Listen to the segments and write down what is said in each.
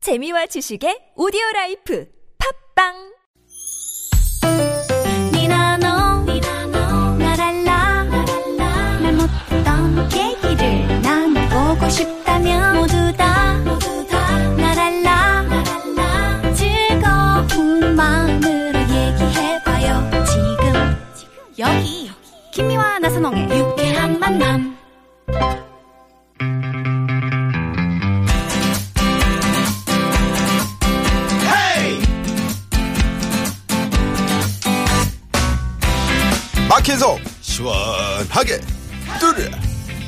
재미와 지식의 오디오 라이프 팝빵 니나노 나랄라 말 못했던 얘기를 나눠보고 싶다면 모두 다 나랄라 즐거운 마음으로 얘기해봐요 지금 여기 김미와 나선홍의 유쾌한 만남 막힌 속 시원하게 뚫어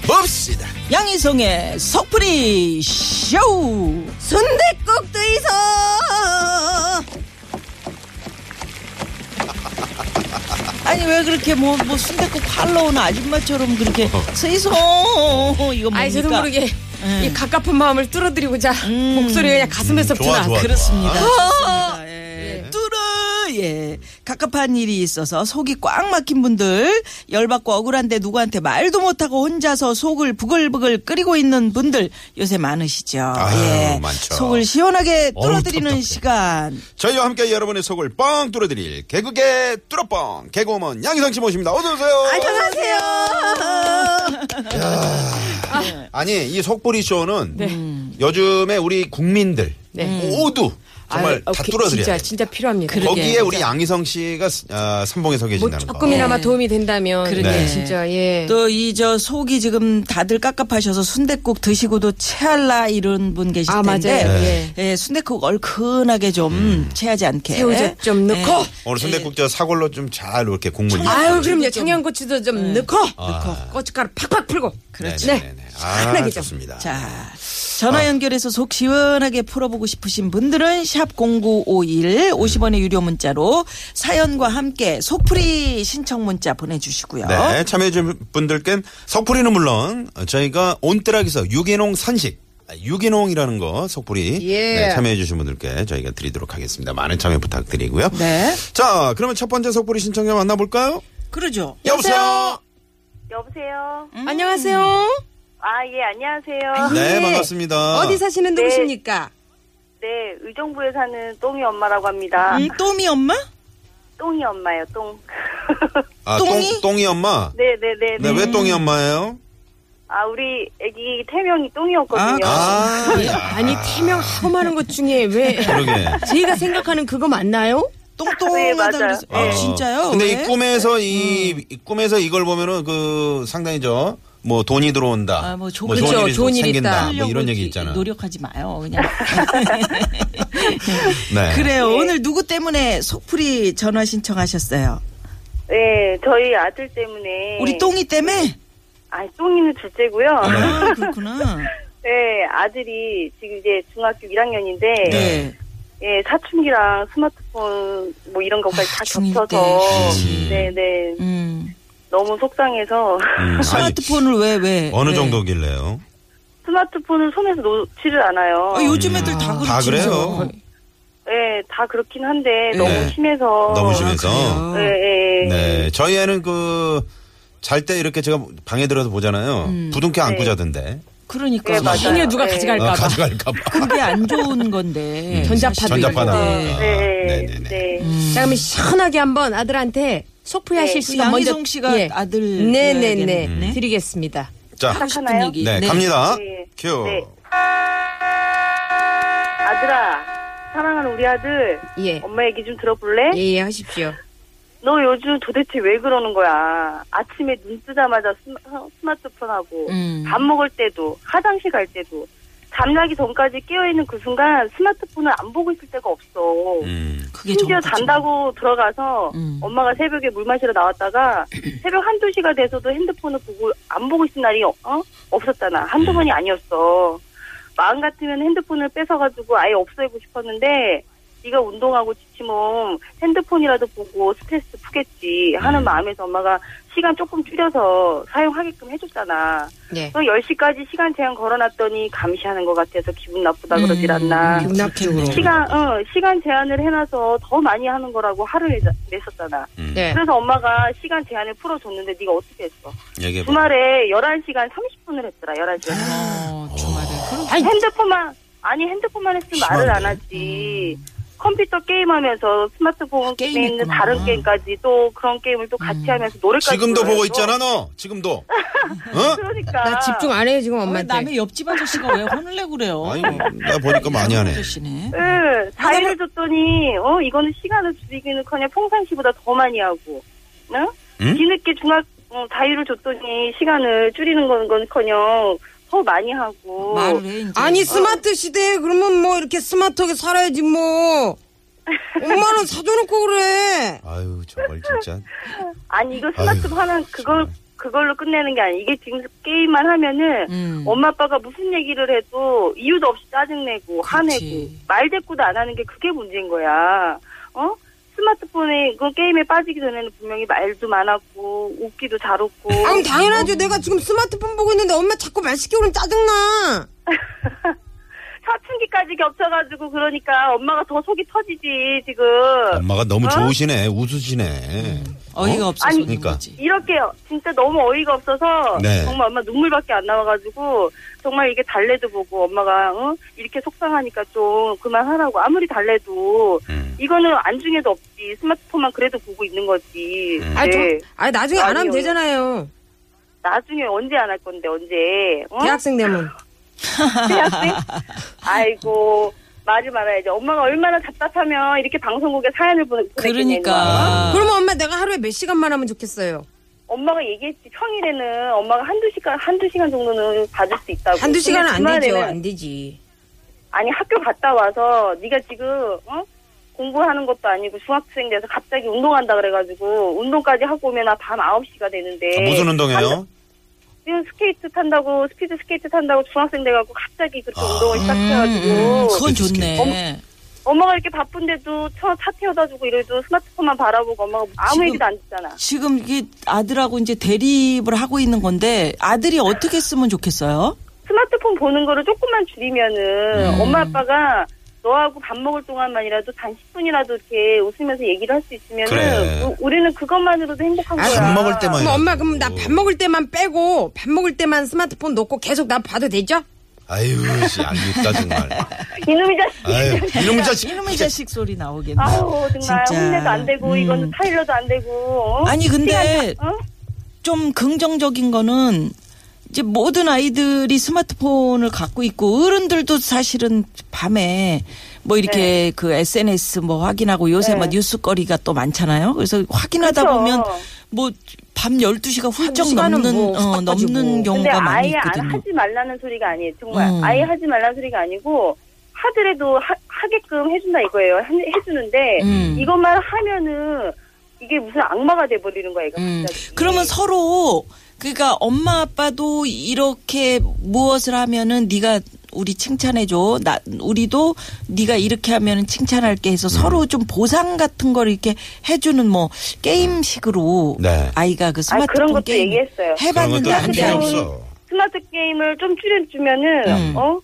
봅시다. 양희성의 석불이 쇼! 순대국도 있어! 아니, 왜 그렇게 뭐, 뭐, 순대국 팔러 오는 아줌마처럼 그렇게, 세이소! 이거 뭡니까? 아이 저도 모르게 음. 이 가깝은 마음을 뚫어드리고자 목소리가 그냥 가슴에서 좋아, 부나 좋아. 그렇습니다. 좋습니다. 예. 뚫어! 예. 갑갑한 일이 있어서 속이 꽉 막힌 분들, 열받고 억울한데 누구한테 말도 못하고 혼자서 속을 부글부글 끓이고 있는 분들 요새 많으시죠. 예. 아유, 많죠. 속을 시원하게 어우, 뚫어드리는 답답해. 시간. 저희와 함께 여러분의 속을 뻥 뚫어드릴 개그계 뚫어뻥 개그우먼 양희성 씨 모십니다. 어서 오세요. 안녕하세요. 아니 이 속보리 쇼는 네. 요즘에 우리 국민들 모두 정말 아유, 다 오케이. 뚫어드려야 진짜 돼. 진짜 필요합니다. 거기에 우리 양희성 씨가 어, 선봉에 서 뭐 계신다는 거. 조금이나마 도움이 된다면 그러게. 네, 진짜 예. 또 이 저 속이 지금 다들 깝깝하셔서 순대국 드시고도 체할라 이런 분 계실 아, 맞아요. 텐데 네. 예, 순대국 얼큰하게 좀 음. 체하지 않게 새우젓 좀 예. 넣고 어, 오늘 순대국 저 사골로 좀 잘 이렇게 국물. 아유 입혀서. 그럼요 청양고추도 좀 넣고 넣고 고춧가루 팍팍 풀고 네, 아. 네, 네, 네. 네. 아, 시원하게 좀. 좋습니다. 자, 아. 전화 연결해서 속 시원하게 풀어보고 싶으신 분들은 샵 0951 음. 50원의 유료 문자로 사연과 함께 속풀이 신청 문자 보내주시고요. 네, 참여해준 분들께는 석불이는 물론 저희가 온뜨락에서 유기농 선식 아, 유기농이라는 거 석불이 예. 네, 참여해주신 분들께 저희가 드리도록 하겠습니다. 많은 참여 부탁드리고요. 네. 자, 그러면 첫 번째 석불이 신청자 만나볼까요? 그러죠. 여보세요. 여보세요. 안녕하세요. 아 예 안녕하세요. 네, 예. 반갑습니다. 어디 사시는 네. 누구십니까? 네 의정부에 사는 똥이 엄마라고 합니다. 음, 또미 엄마? 똥이 엄마예요 똥. 아, 똥, 똥이? 똥이 엄마. 네네네. 네, 왜 똥이 엄마예요? 아 우리 애기 태명이 똥이었거든요. 아, 예. 아니 태명 하고 많은 것 중에 왜 그러게. 저희가 생각하는 그거 맞나요? 네, 똥똥하다 맞아요. 그래서. 아, 어. 진짜요? 근데 왜? 네. 이 꿈에서 이, 이 꿈에서 이걸 보면은 그 상당히 저 뭐 돈이 들어온다. 아, 뭐 좋은 좋은- 그쵸, 일이 좋은 일이 생긴다. 있다. 뭐 이런 하려고 얘기 있잖아. 노력하지 마요, 그냥. 네. 그래요. 오늘 누구 때문에 속풀이 전화 신청하셨어요? 네 저희 아들 때문에. 우리 똥이 네. 때문에? 아 똥이는 둘째고요. 아, 그렇구나. 네 아들이 지금 이제 중학교 1학년인데. 네. 예 사춘기랑 스마트폰 뭐 이런 것까지 다 중일 겹쳐서. 네네 음. 너무 속상해서. 음, 아니, 스마트폰을 왜, 왜? 어느 왜? 정도길래요? 스마트폰을 손에서 놓지를 않아요. 아, 요즘 애들 다 음. 그렇지. 뭐. 다 그래요. 네, 다 그렇긴 한데 네. 예. 너무 심해서. 아, 너무 심해서. 예, 예. 네. 저희 애는 그, 잘 때 이렇게 제가 방에 들어서 보잖아요. 음. 부둥켜 안고 네. 자던데. 그러니까 네, 맞아요. 행여 누가 네. 어, 가져갈까 봐. 가져갈까봐. 그게 안 좋은 건데. 전자파도 전자파다. 있는데. 네, 네네네. 네. 자, 그러면 시원하게 한번 아들한테 속풀이 하실 네. 시간 그 먼저 예. 양희성 씨가 아들 네네네 음. 이야기는. 드리겠습니다. 자, 딱 하나요? 얘기. 네, 갑니다. 네. 큐. 네. 아들아, 사랑하는 우리 아들. 예. 엄마 얘기 좀 들어볼래? 예, 예, 하십시오. 너 요즘 도대체 왜 그러는 거야? 아침에 눈 뜨자마자 스마, 어, 스마트폰 하고, 음. 밥 먹을 때도, 화장실 갈 때도, 잠자기 전까지 깨어있는 그 순간 스마트폰을 안 보고 있을 때가 없어. 음. 그게 심지어 정확하죠. 잔다고 들어가서 음. 엄마가 새벽에 물 마시러 나왔다가 새벽 한두 시가 돼서도 핸드폰을 보고 안 보고 있는 날이 어? 없었잖아. 네. 한두 번이 아니었어. 마음 같으면 핸드폰을 뺏어가지고 아예 없애고 싶었는데 네가 운동하고 지치면 핸드폰이라도 보고 스트레스 푸겠지 네. 하는 마음에서 엄마가 시간 조금 줄여서 사용하게끔 해줬잖아. 네. 예. 또 10시까지 시간 제한 걸어놨더니 감시하는 것 같아서 기분 나쁘다 그러질 음, 않나. 음, 음악적으로. 그렇겠네. 시간 어 시간 제한을 해놔서 더 많이 하는 거라고 화를 내, 냈었잖아. 음. 네. 그래서 엄마가 시간 제한을 풀어줬는데 네가 어떻게 했어? 얘기해봐. 아, 주말에 11시간 30분을 했더라. 11시간. 어, 주말에. 그럼 핸드폰만 아니 핸드폰만 했으면 말을 안 하지. 컴퓨터 게임하면서 스마트폰에 게임 있는 했구나. 다른 게임까지 또 그런 게임을 또 같이 하면서 노래까지 지금도 보고 불러요. 있잖아 너. 지금도. 어? 그러니까 나 집중 안 해 지금 왜 엄마한테. 남의 옆집 아저씨가 왜 혼을 내고 그래요? 아니 나 보니까 많이 하네. 아저씨네. 예, 자유를 줬더니 어 이거는 시간을 줄이기는커녕 평상시보다 더 많이 하고, 응? 응? 뒤늦게 중학 어, 자유를 줬더니 시간을 줄이는 건커녕 더 많이 하고. 말을 해 이제. 아니 어. 스마트 시대에 그러면 뭐 이렇게 스마트하게 살아야지 뭐. 엄마는 사줘놓고 그래. 아유 정말 진짜. 아니 이거 스마트폰 아유, 하면 그걸 그걸로 끝내는 게 아니 이게 지금 게임만 하면은 음. 엄마 아빠가 무슨 얘기를 해도 이유도 없이 짜증내고 화내고 그치. 말 대꾸도 안 하는 게 그게 문제인 거야. 어? 스마트폰에 그 게임에 빠지기 전에는 분명히 말도 많았고 웃기도 잘 웃고 아니 당연하죠. 내가 지금 스마트폰 보고 있는데 엄마 자꾸 말 시키고 그러면 짜증나. 사춘기까지 겹쳐가지고 그러니까 엄마가 더 속이 터지지 지금. 엄마가 너무 아. 어? 좋으시네 웃으시네. 어이가 없어서 아니, 그런 그러니까. 거지. 이렇게 진짜 너무 어이가 없어서 네. 정말 엄마 눈물밖에 안 나와가지고 정말 이게 달래도 보고 엄마가 어? 이렇게 속상하니까 좀 그만하라고 아무리 달래도 음. 이거는 안중에도 없지 스마트폰만 그래도 보고 있는 거지 음. 아니, 네. 저, 아니 나중에 안 하면 아니요. 되잖아요. 나중에 언제 안 할 건데 언제 어? 대학생 되면. 대학생? 아이고 말이 많아야지 엄마가 얼마나 답답하면 이렇게 방송국에 사연을 보내 보내겠냐, 그러니까. 그러면 엄마 내가 하루에 몇 시간만 하면 좋겠어요. 엄마가 얘기했지 평일에는 엄마가 한두 시간 한두 시간 정도는 봐줄 수 있다고 한두 시간은 안 근데 되죠. 주말에는 안 되지. 아니 학교 갔다 와서 네가 지금 어? 공부하는 것도 아니고 중학생 돼서 갑자기 운동한다 그래가지고 운동까지 하고 오면 나밤 9시가 되는데 아, 네. 무슨 한- 운동해요? 지금 스케이트 탄다고 스피드 스케이트 탄다고 중학생 돼가지고 갑자기 아. 아, 그렇게 운동을 시작해가지고 음, 음, 그건 스케치, 좋네. 엄마가 이렇게 바쁜데도 차차 태워다 주고 이래도 스마트폰만 바라보고 엄마가 아무 지금- 얘기도 안 듣잖아 지금 이게 아들하고 이제 대립을 하고 있는 건데 아들이 어떻게 쓰면 좋겠어요? 스마트폰 보는 거를 조금만 줄이면은 음. 엄마 아빠가 너하고 밥 먹을 동안만이라도 단 10분이라도 이렇게 웃으면서 얘기를 할 수 있으면은 그래. 우- 우리는 그것만으로도 아, 행복한 거야. 밥 먹을 때만 그럼 해야지. 엄마 그럼 나 밥 먹을 때만 빼고 밥 먹을 때만 스마트폰 놓고 계속 나 봐도 되죠? 아유 씨안 웃다 정말. 이놈이 자식. 아유 이놈의 자식. 이놈의 자식 소리 나오겠네. 아유 정말 진짜. 혼내도 안 되고 음. 이거는 타일러도 안 되고. 어? 아니 근데 시간, 어? 좀 긍정적인 거는 이제 모든 아이들이 스마트폰을 갖고 있고 어른들도 사실은 밤에 뭐 이렇게 네. 그 SNS 뭐 확인하고 요새 뭐 뉴스거리가 또 많잖아요. 그래서 확인하다 그쵸. 보면 뭐 밤 12시가 훌쩍 시간은 넘는 뭐 어, 바빠지고. 넘는 근데 경우가 많이 아예 안 있거든요. 하지 말라는 소리가 아니에요. 정말 음. 아예 하지 말라는 소리가 아니고 하더라도 하, 하게끔 해준다 이거예요. 해, 해주는데 음. 이것만 하면은 이게 무슨 악마가 돼버리는 거야 이거. 음. 갑자기. 그러면 서로 그러니까 엄마 아빠도 이렇게 무엇을 하면은 네가 우리 칭찬해 줘. 나 우리도 네가 이렇게 하면은 칭찬할게 음. 해서 서로 좀 보상 같은 걸 이렇게 해 주는 뭐 게임식으로 네. 아이가 그 스마트폰 그런 것도 게임 얘기했어요. 해 그런 것도 봤는데 안 문제 돼. 돼요. 없어. 스마트 게임을 좀 줄여주면은 음. 어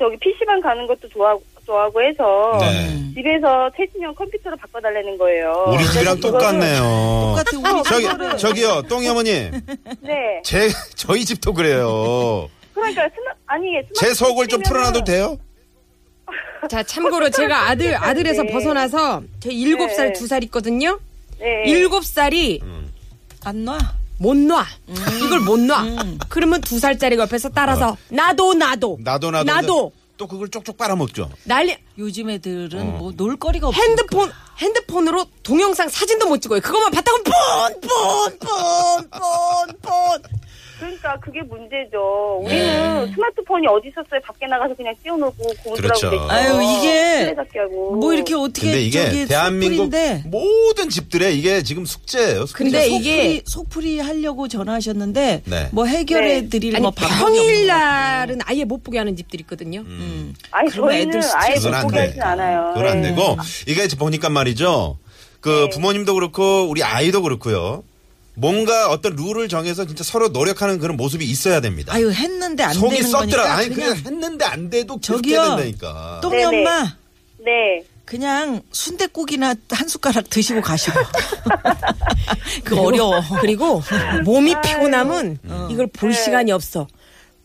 저기 PC방 가는 것도 좋아하고 좋아하고 해서 네. 집에서 최신형 컴퓨터로 바꿔달라는 거예요. 우리 집이랑 그래서 그거를- 똑같네요. 어. 똑같은 우리 저기 친구를. 저기요 똥이 어머님. 네. 제 저희 집도 그래요. 그러니까 스마 아니 스마트 제 속을 좀 풀어놔도 돼요? 자 참고로 제가 아들 아들에서 네. 벗어나서 제 일곱 살 네. 두 살 있거든요. 네. 일곱 살이 안 놔. 못 놔. 이걸 못 놔. 음. 그러면 두 살짜리가 옆에서 따라서 나도 나도 어. 나도 나도 나도 또 그걸 쪽쪽 빨아먹죠. 난리 요즘 어. 애들은 뭐 놀거리가 없어. 핸드폰 핸드폰으로 동영상 사진도 못 찍어요. 그것만 봤다고 뭐! 뻔뻔뻔뻔뻔 그러니까 그게 문제죠. 우리는 스마트폰이 어디 있었어요? 밖에 나가서 그냥 띄워놓고 네. 그렇죠. 고무줄하고 있고 아유, 이게 쓰레잡기 하고. 뭐 이렇게 어떻게 근데 저기 이게 대한민국 그러니까 데 네, 모든 집들에 이게 지금 숙제예요. 숙제. 근데 이게 속풀이, 속풀이 하려고 전화하셨는데 네. 뭐 해결해 네. 드릴 아니 뭐 방법이 없는 거. 평일날은 아예 못 보게 하는 집들이 있거든요. 음. 아니 그러면 저희는 애들 아예 스트레스 그건 못 안 보게 돼. 하진 않아요. 그건 안 네. 되고 이게 지금 보니까 말이죠. 그 부모님도 그렇고 우리 아이도 그렇고요. 뭔가 어떤 룰을 정해서 진짜 서로 노력하는 그런 모습이 있어야 됩니다. 아유 했는데 안 속이 되는 썩더라. 거니까 아니 그냥 그냥, 했는데 안 돼도 그렇게 해야 저기요 된다니까. 똥이 아. 네네. 엄마 네. 그냥 순댓국이나한 숟가락 드시고 가시고 그거 어려워 네. 어. 네. 그리고 몸이 피곤하면 이걸 볼 시간이 없어.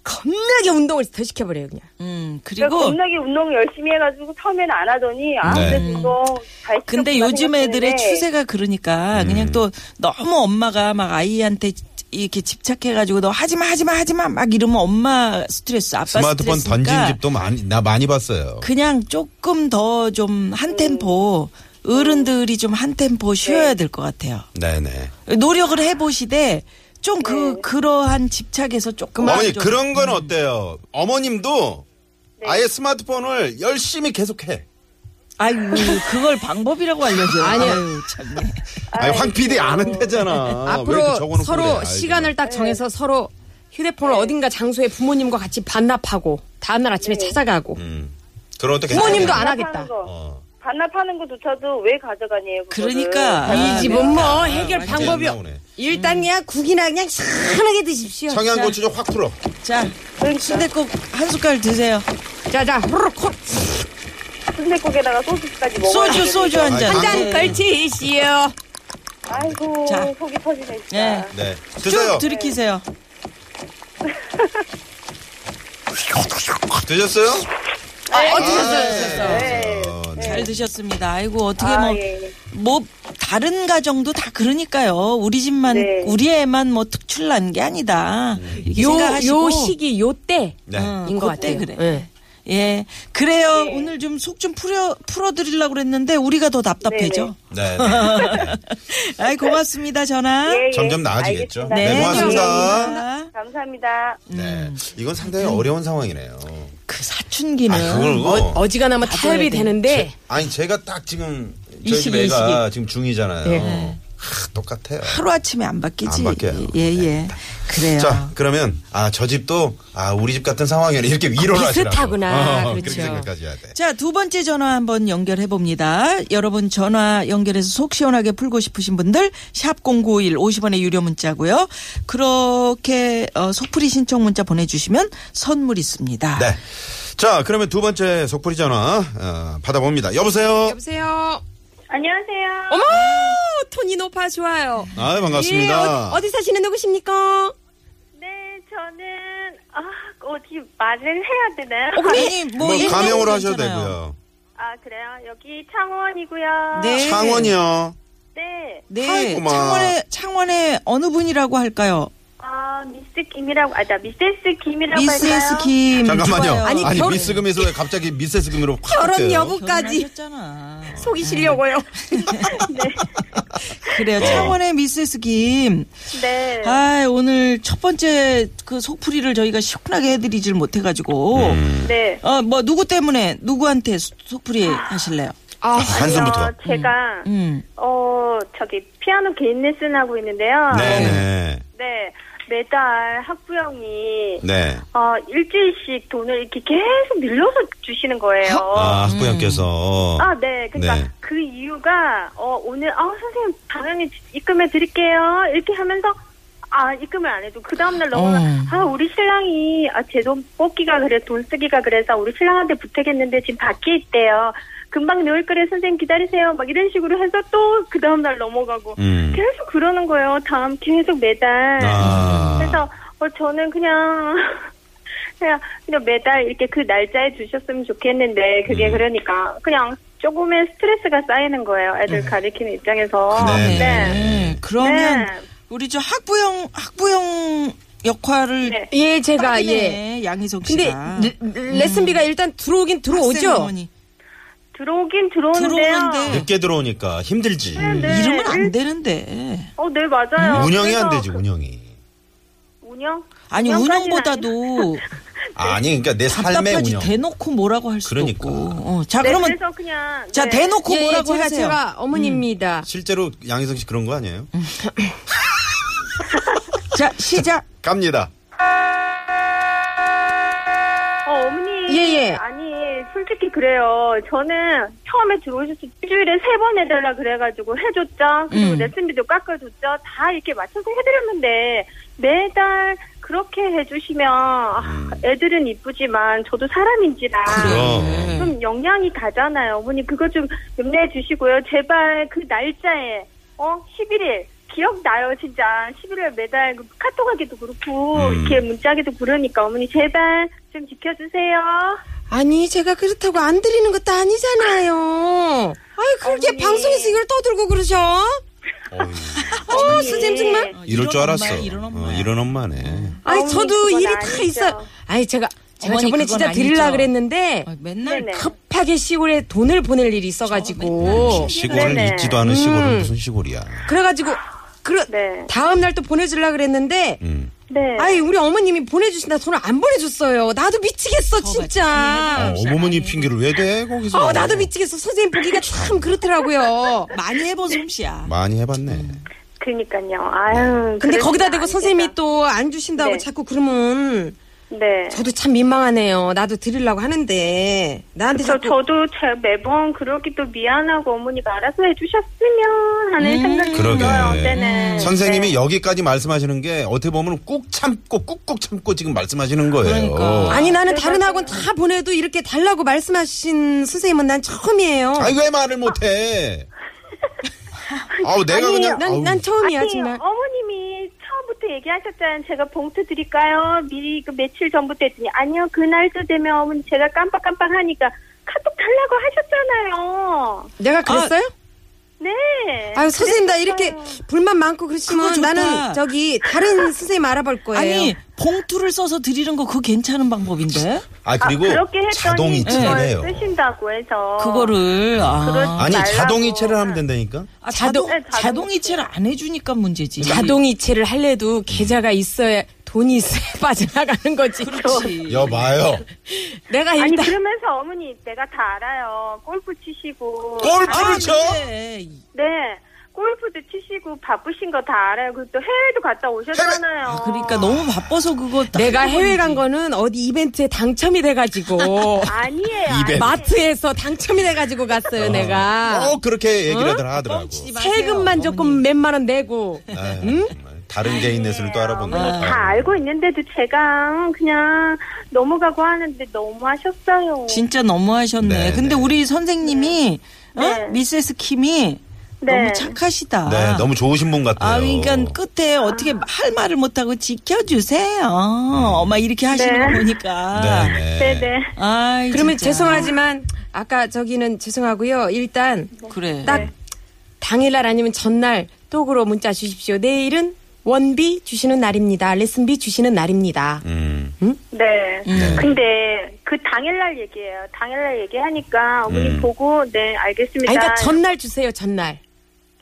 겁나게 운동을 더 시켜버려요 그냥. 음, 그러니까 그리고 겁나게 운동 열심히 해가지고 처음에는 안 하더니 아 네. 그래도 이거 잘 근데 시켰구나 요즘 애들의 생각했는데 추세가 그러니까 음. 그냥 또 너무 엄마가 막 아이한테 이렇게 집착해가지고 너 하지마 하지마 하지마 막 이러면 엄마 스트레스 아빠 스마트폰 스트레스니까 던진 집도 많이 나 많이 봤어요. 그냥 조금 더 좀 한 템포 음. 어른들이 좀 한 템포 네. 쉬어야 될 것 같아요. 네네. 노력을 해보시되 좀 그 네. 그러한 집착에서 조금만 어머니 좀 그런 건 어때요? 어머님도 아예 스마트폰을 열심히 계속해. 아유 그걸 방법이라고 알려줘요. 아니요. 아유, 참네. 아니 황 PD 안 한다잖아. 왜 이렇게 앞으로 적어놓고 서로 그래? 아이고. 시간을 네. 딱 정해서 서로 휴대폰을 어딘가 장소에 부모님과 같이 반납하고 다음날 아침에 네. 찾아가고 음. 그런 어떻게 부모님도 생각해요? 안 반납하는 하겠다. 거, 어. 반납하는 거조차도 왜 가져가니에요? 그거를. 그러니까. 이 집은 뭐 해결 완전 방법이 없. 아, 나오네. 일단 음. 그냥 국이나 그냥 시원하게 드십시오. 청양고추 좀 확 풀어. 자 그러니까 순대국 한 숟갈 드세요. 자자 후루룩 호 순대국에다가 소스까지 먹어. 소주 소주 한 잔. 한 한잔 네. 걸치시오. 아이고 자. 속이 터지네 진짜. 예. 네. 쭉 드세요. 들이키세요. 드셨어요? 어 드셨어요 드셨어요. 네. 어, 네. 잘 드셨습니다. 아이고 어떻게 예, 아, 뭐 예, 예. 뭐 다른 가정도 다 그러니까요. 우리 집만 네. 우리 애만 뭐 특출난 게 아니다. 음. 이렇게 요, 생각하시고 요 시기 요 때 네. 어, 인것 그때 그래. 같아요. 예. 예. 그래요. 네. 오늘 좀 속 좀 풀어 풀어 드리려고 그랬는데 우리가 더 답답해져. 네. 네. 아이 고맙습니다. 전화. 예, 예. 점점 나아지겠죠. 알겠습니다. 네, 고맙습니다. 감사합니다. 네. 이건 상당히 어려운 상황이네요. 그 아, 사춘기는 그걸 어, 뭐. 어지간하면 타협이 되는데 아니 제가 딱 지금 이 저희 시기, 집 이 애가 지금 중이잖아요. 네. 하, 똑같아요. 하루 아침에 안 바뀌지. 안 바뀌어요. 네. 예, 예. 그래요. 자 그러면 아 저 집도 아 우리 집 같은 상황이네 이렇게 위로를 아, 하시라고. 비슷하구나. 어, 그렇죠. 그렇게 생각까지 해야 돼. 자, 두 번째 전화 한번 연결해 봅니다. 여러분 전화 연결해서 속 시원하게 풀고 싶으신 분들 샵 0951 50원의 유료 문자고요. 그렇게 어, 속풀이 신청 문자 보내 주시면 선물 있습니다. 네. 자 그러면 두 번째 속풀이 전화 어, 받아봅니다. 여보세요. 여보세요. 안녕하세요. 어머 톤이 높아 좋아요. 아 예, 반갑습니다. 어, 디 사시는 누구십니까? 네, 저는 아 어디 말을 해야 되나요? 아니, 뭐, 뭐 얘기하는 가명으로 거 하셔도 있잖아요. 되고요. 아 그래요. 여기 창원이고요. 네. 예. 창원이요. 네. 네. 아이고, 마. 창원의 창원의 어느 분이라고 할까요? 아 미스 김이라고 아나 미세스 김이라고 미세스 할까요? 김. 잠깐만요. 아니, 아니, 결- 미스금에서 왜 갑자기 미세스금으로 확 결혼 바뀌어요? 여부까지 하셨잖아. 속이시려고요. 그래요. 어. 창원의 미세스 김. 네. 아, 오늘 첫 번째 그 속풀이를 저희가 시원하게 해드리질 못해가지고. 음. 네. 어, 뭐, 누구 때문에, 누구한테 수- 속풀이 하실래요? 아 한숨부터. 어, 제가 음. 어 저기 피아노 개인 레슨 하고 있는데요. 네네. 네. 매달 학부형이 네. 어 일주일씩 돈을 이렇게 계속 늘려서 주시는 거예요. 아, 학부형께서. 어. 아, 네. 그러니까 네. 그 이유가 어 오늘 아 선생님 당연히 입금해 드릴게요. 이렇게 하면서 아 입금을 안 해도 그 다음 날 넘어가 아 우리 신랑이 아제 돈 뽑기가 그래 돈 쓰기가 그래서 우리 신랑한테 부탁했는데 지금 밖에 있대요. 금방 내올 거래 선생님 기다리세요. 막 이런 식으로 해서 또 그 다음 날 넘어가고 음. 계속 그러는 거예요. 다음 계속 매달. 아. 그래서 어, 저는 그냥 그냥 그냥 매달 이렇게 그 날짜에 주셨으면 좋겠는데 그게 음. 그러니까 그냥 조금의 스트레스가 쌓이는 거예요. 애들 가리키는 입장에서. 음. 네. 네. 음, 그러면, 네. 우리 저 학부형, 학부형 역할을. 네. 예 제가 예. 예. 양희석 근데 씨가. 레, 레슨비가 일단 예. 들어오긴 학생 들어오죠. 예, 어머니. 들어오긴 들어오는데요. 들어오는데. 늦게 들어오니까 힘들지. 네. 이러면 안 일- 되는데. 어, 네 맞아요. 운영이 안 그래서 되지, 뭐. 그- 운영이. 운영? 아니, 운영까지는 운영보다도 아니, 그러니까 내 삶의 답답하지. 운영. 대놓고 뭐라고 할 수도 그러니까. 없고. 어, 자, 네, 그러면. 그래서 그냥 자, 네. 대놓고 예, 예, 뭐라고 제가 하세요? 음. 제가 어머니입니다. 실제로 양희성 씨 그런 거 아니에요? 자, 시작. 갑니다. 어, 어머니. 예, 예. 아니, 솔직히 그래요. 저는 처음에 들어오셨을 때 일주일에 세 번 해달라 그래가지고 해줬죠. 그리고 음. 레슨비도 깎아줬죠. 다 이렇게 맞춰서 해드렸는데 매달 그렇게 해주시면 아, 애들은 이쁘지만 저도 사람인지라 음. 그럼. 네. 좀 영향이 가잖아요. 어머니 그거 좀 염려해 주시고요. 제발 그 날짜에 어 11일 기억나요, 진짜. 11월 매달 그 카톡하기도 그렇고, 음. 이렇게 문자하기도 그러니까, 어머니 제발 좀 지켜주세요. 아니 제가 그렇다고 안 드리는 것도 아니잖아요. 아이 그렇게 어머니. 방송에서 이걸 떠들고 그러셔? 어휴, 어 예. 선생님 정말? 어, 이럴 줄 엄마야, 알았어. 이런 엄마. 어, 이런 엄마네. 아니 어머니, 저도 그건 일이 다 아니죠. 있어요. 아니 제가 제가 어머니, 저번에 그건 진짜 드릴라 아니죠. 그랬는데 어, 맨날 네네. 급하게 시골에 돈을 보낼 일이 있어가지고 시골을 네네. 잊지도 않은 시골은 무슨 시골이야. 그래가지고 그러 네. 다음 날 또 보내주려 그랬는데 음. 네. 아이 우리 어머님이 보내주신다 돈을 안 보내줬어요. 나도 미치겠어 진짜. 어, 어머니 핑계를 왜 대? 거기서. 아, 어 나도 미치겠어 선생님 보기가 참 그렇더라고요. 많이 해본 솜씨야. 많이 해봤네. 그러니까요. 아유. 근데 그럴 거기다 수는 대고 아닙니다. 선생님이 또 안 주신다고 네. 자꾸 그러면 네. 저도 참 민망하네요. 나도 드리려고 하는데 나한테 저, 자꾸 저도 제 매번 그러기도 미안하고 어머니가 알아서 해주셨으면 하는 음. 생각이 그러게. 들어요, 때는. 선생님이 네. 여기까지 말씀하시는 게 어떻게 보면 꾹 참고 꾹꾹 참고 지금 말씀하시는 거예요. 그러니까. 아니 나는 다른 학원 다 보내도 이렇게 달라고 말씀하신 선생님은 난 처음이에요. 아이 왜 말을 못해? 아우 내가 그냥 아우, 난, 난 처음이야 아니, 정말. 어머님이 처음부터 얘기하셨잖아요. 제가 봉투 드릴까요? 미리 그 며칠 전부터 했더니 아니요. 그날도 되면 어머니 제가 깜빡깜빡 하니까 카톡 달라고 하셨잖아요. 내가 그랬어요? 네. 아, 유 선생님 나 이렇게 불만 많고 그거 그러시면 좋다. 나는 저기 다른 선생님 알아볼 거예요. 아니 봉투를 써서 드리는 거 그거 괜찮은 방법인데 아 그리고 그렇게 했더니 자동 그걸 이체를 해요. 쓰신다고 해서 그거를 아, 아니 말라고. 자동 이체를 하면 된다니까. 아, 자동 네, 자동 자동 이체를 안 해주니까 음. 문제지. 자동이체를 할래도 계좌가 있어야 돈이 있어야 빠져나가는 거지. 그렇죠. 그렇지. 여봐요. 내가 아니 일단 그러면서 어머니 내가 다 알아요. 골프 치시고 아, 골프를 쳐? 네. 네. 골프도 치시고 바쁘신 거 다 알아요. 그리고 또 해외도 갔다 오셨잖아요. 아, 그러니까 너무 바빠서 그거 다 내가 해외 간 거는 어디 이벤트에 당첨이 돼가지고 아니에요. 이벤트. 아니에요. 마트에서 당첨이 돼가지고 갔어요 내가. 꼭 그렇게 얘기를 들 하더라고. 뻥치지 마세요, 세금만 조금 어머니. 몇만 원 내고 아, 정말 다른 네. 개인 내수를 또 알아보는 어머니, 다 알고 있는데도 제가 그냥 넘어가고 하는데 너무 하셨어요. 진짜 너무하셨네. 네, 근데 네. 우리 선생님이 어? 네. 미세스 킴이 네. 너무 착하시다. 네, 너무 좋으신 분 같아요. 아, 그러니까 끝에 아. 어떻게 할 말을 못하고 지켜주세요. 막 이렇게 하시는 네. 거 보니까. 음. 네네. 네네. 아이, 그러면 진짜. 죄송하지만 아까 저기는 죄송하고요. 일단 그래. 딱 당일날 아니면 전날 톡으로 문자 주십시오. 내일은 원비 주시는 날입니다. 레슨비 주시는 날입니다. 음. 네. 네. 근데 그 당일날 얘기예요. 당일날 얘기하니까 어머니 음. 보고 네 알겠습니다. 아니, 그러니까 전날 주세요. 전날.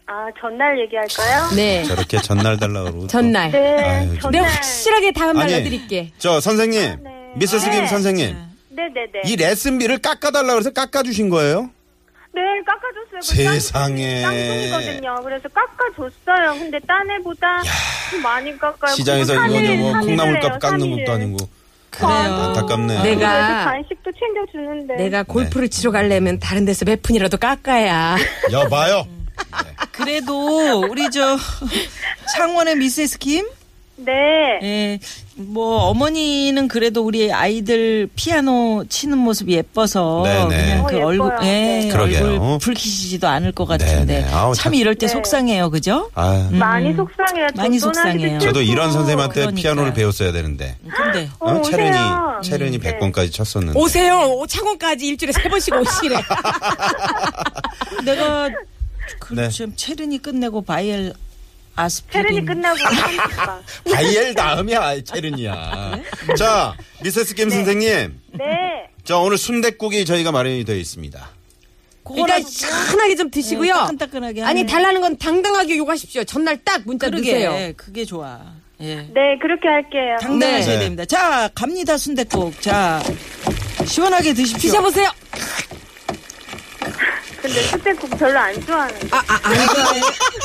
아, 전날 얘기할까요? 네. 저렇게 전날 달라고 그러고. 전날. 네. 아유, 내가 전날. 확실하게 다음날 아니, 넣어드릴게. 저 선생님, 네. 미세스 김 네. 선생님, 네네네. 이 레슨비를 깎아달라고 해서 깎아주신 거예요? 네, 깎아줬어요. 그 세상에. 쌍둥이거든요. 그래서 깎아줬어요. 근데 딴 애보다 좀 많이 깎아요. 시장에서 그리고 이거는 삼일, 뭐 삼일을 해요, 콩나물값 깎는 삼일을. 것도 아니고. 그래요. 안타깝네. 내가- 그래도 간식도 챙겨주는데. 내가 골프를 치러 가려면 다른 데서 몇 푼이라도 깎아야. 여봐요. 그래도 우리 저 창원의 미세스 킴? 네. 예. 뭐 어머니는 그래도 우리 아이들 피아노 치는 모습이 예뻐서 네네. 그냥 그 어, 얼굴 예뻐요. 예, 네. 그러게요. 얼굴 붉히시지도 않을 것 같은데 네네. 아우, 참 참. 이럴 때 네. 속상해요. 그죠? 아, 많이 속상해요. 음. 저 많이 떠나기도 속상해요. 음. 저도 이런 선생님한테 그러니까요. 피아노를 배웠어야 되는데. 근데 어, 오세요. 음. 체른이, 체른이 100번까지 쳤었는데. 오세요. 오- 창원까지 일주일에 세 번씩 오시래. 아, 어. 내가 네. 그 지금 체르니 끝내고 바이엘 아스피린 체르니 끝나고 한국방. 다이엘 다음이야, 체른이야. 네? 자, 미세스 김 선생님. 네. 자, 오늘 순댓국이 저희가 마련이 되어 있습니다. 일단 그거라도 시원하게 좀 드시고요. 예, 따끈따끈하게 아니 하네. 달라는 건 당당하게 요구하십시오. 전날 딱 문자 넣으세요. 그러게 네. 그게 좋아. 예. 네, 그렇게 할게요. 당당하셔야 네. 됩니다. 자, 갑니다. 순대국. 자. 시원하게 드십시오. 드셔보세요. 근데 수제국 별로 안 좋아하는데. 아, 아, 아.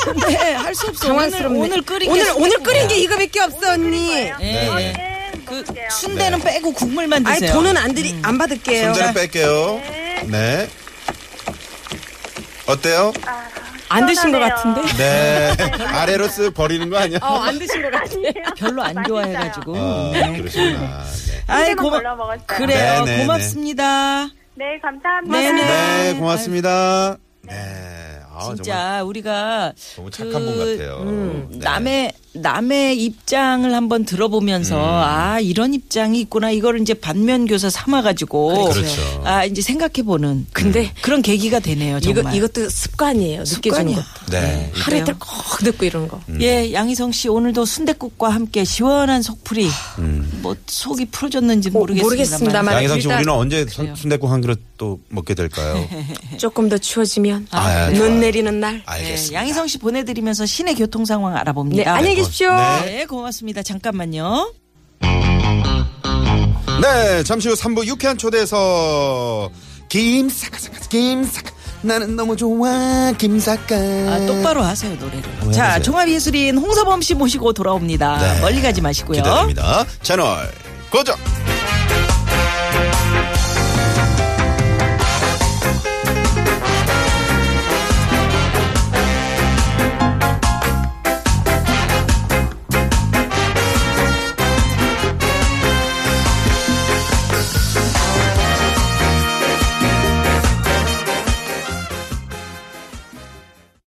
근데 네, 할 수 없어. 당황스럽네. 오늘, 오늘 끓인 오늘 게 오늘 끓인 게 이거밖에 없어 언니. 예. 어, 예. 네. 그 먹을게요. 순대는 빼고 국물만 아니 드세요. 돈은 안 드리 안 받을게요. 순대를 뺄게요. 네. 어때요? 안 드신 것 시원하네요. 같은데. 네. 아래로 쓱 버리는 거 아니야? 어 안 드신 것 같아. 별로 안 좋아해 가지고. 아, 그러시구나. 네. 아이 순대만 고마 골라 먹었어요. 그래요. 네, 아, 네, 고맙습니다. 네, 감사합니다. 네네. 네, 고맙습니다. 네. 아, 아, 정말 진짜 우리가 그, 음, 너무 착한 분 같아요. 네. 남의 남의 입장을 한번 음. 들어보면서 아 이런 입장이 있구나 이거를 이제 반면 교사 삼아 가지고 그렇죠. 아 이제 생각해 보는 근데 그런 계기가 되네요 이거 정말. 이것도 습관이에요. 늦게 주는 습관이야. 것도. 네. 하루 이틀 꼭 듣고 이러는 거. 음. 예, 양희성 씨 오늘도 순대국과 함께 시원한 속풀이 음. 뭐 속이 풀어졌는지 어, 모르겠습니다만 모르겠습니다만. 양희상 씨 일단- 우리는 언제 순대국 한 그릇 또 먹게 될까요? 네, 네. 조금 더 추워지면 아, 네. 눈 내리는 날. 예, 알겠습니다. 양희성 씨 보내드리면서 시내 교통 상황 네, 알아봅니다. 안녕히 계십시오. 네. 네, 고맙습니다. 잠깐만요. 네, 잠시 후 3부 유쾌한 초대에서 김사카사카 김사카 나는 너무 좋아 김사카 아, 똑바로 하세요 노래를. 음. 왜 자, 그러세요? 종합예술인 홍서범 씨 모시고 돌아옵니다. 네. 멀리 가지 마시고요. 기대됩니다. 채널 고정.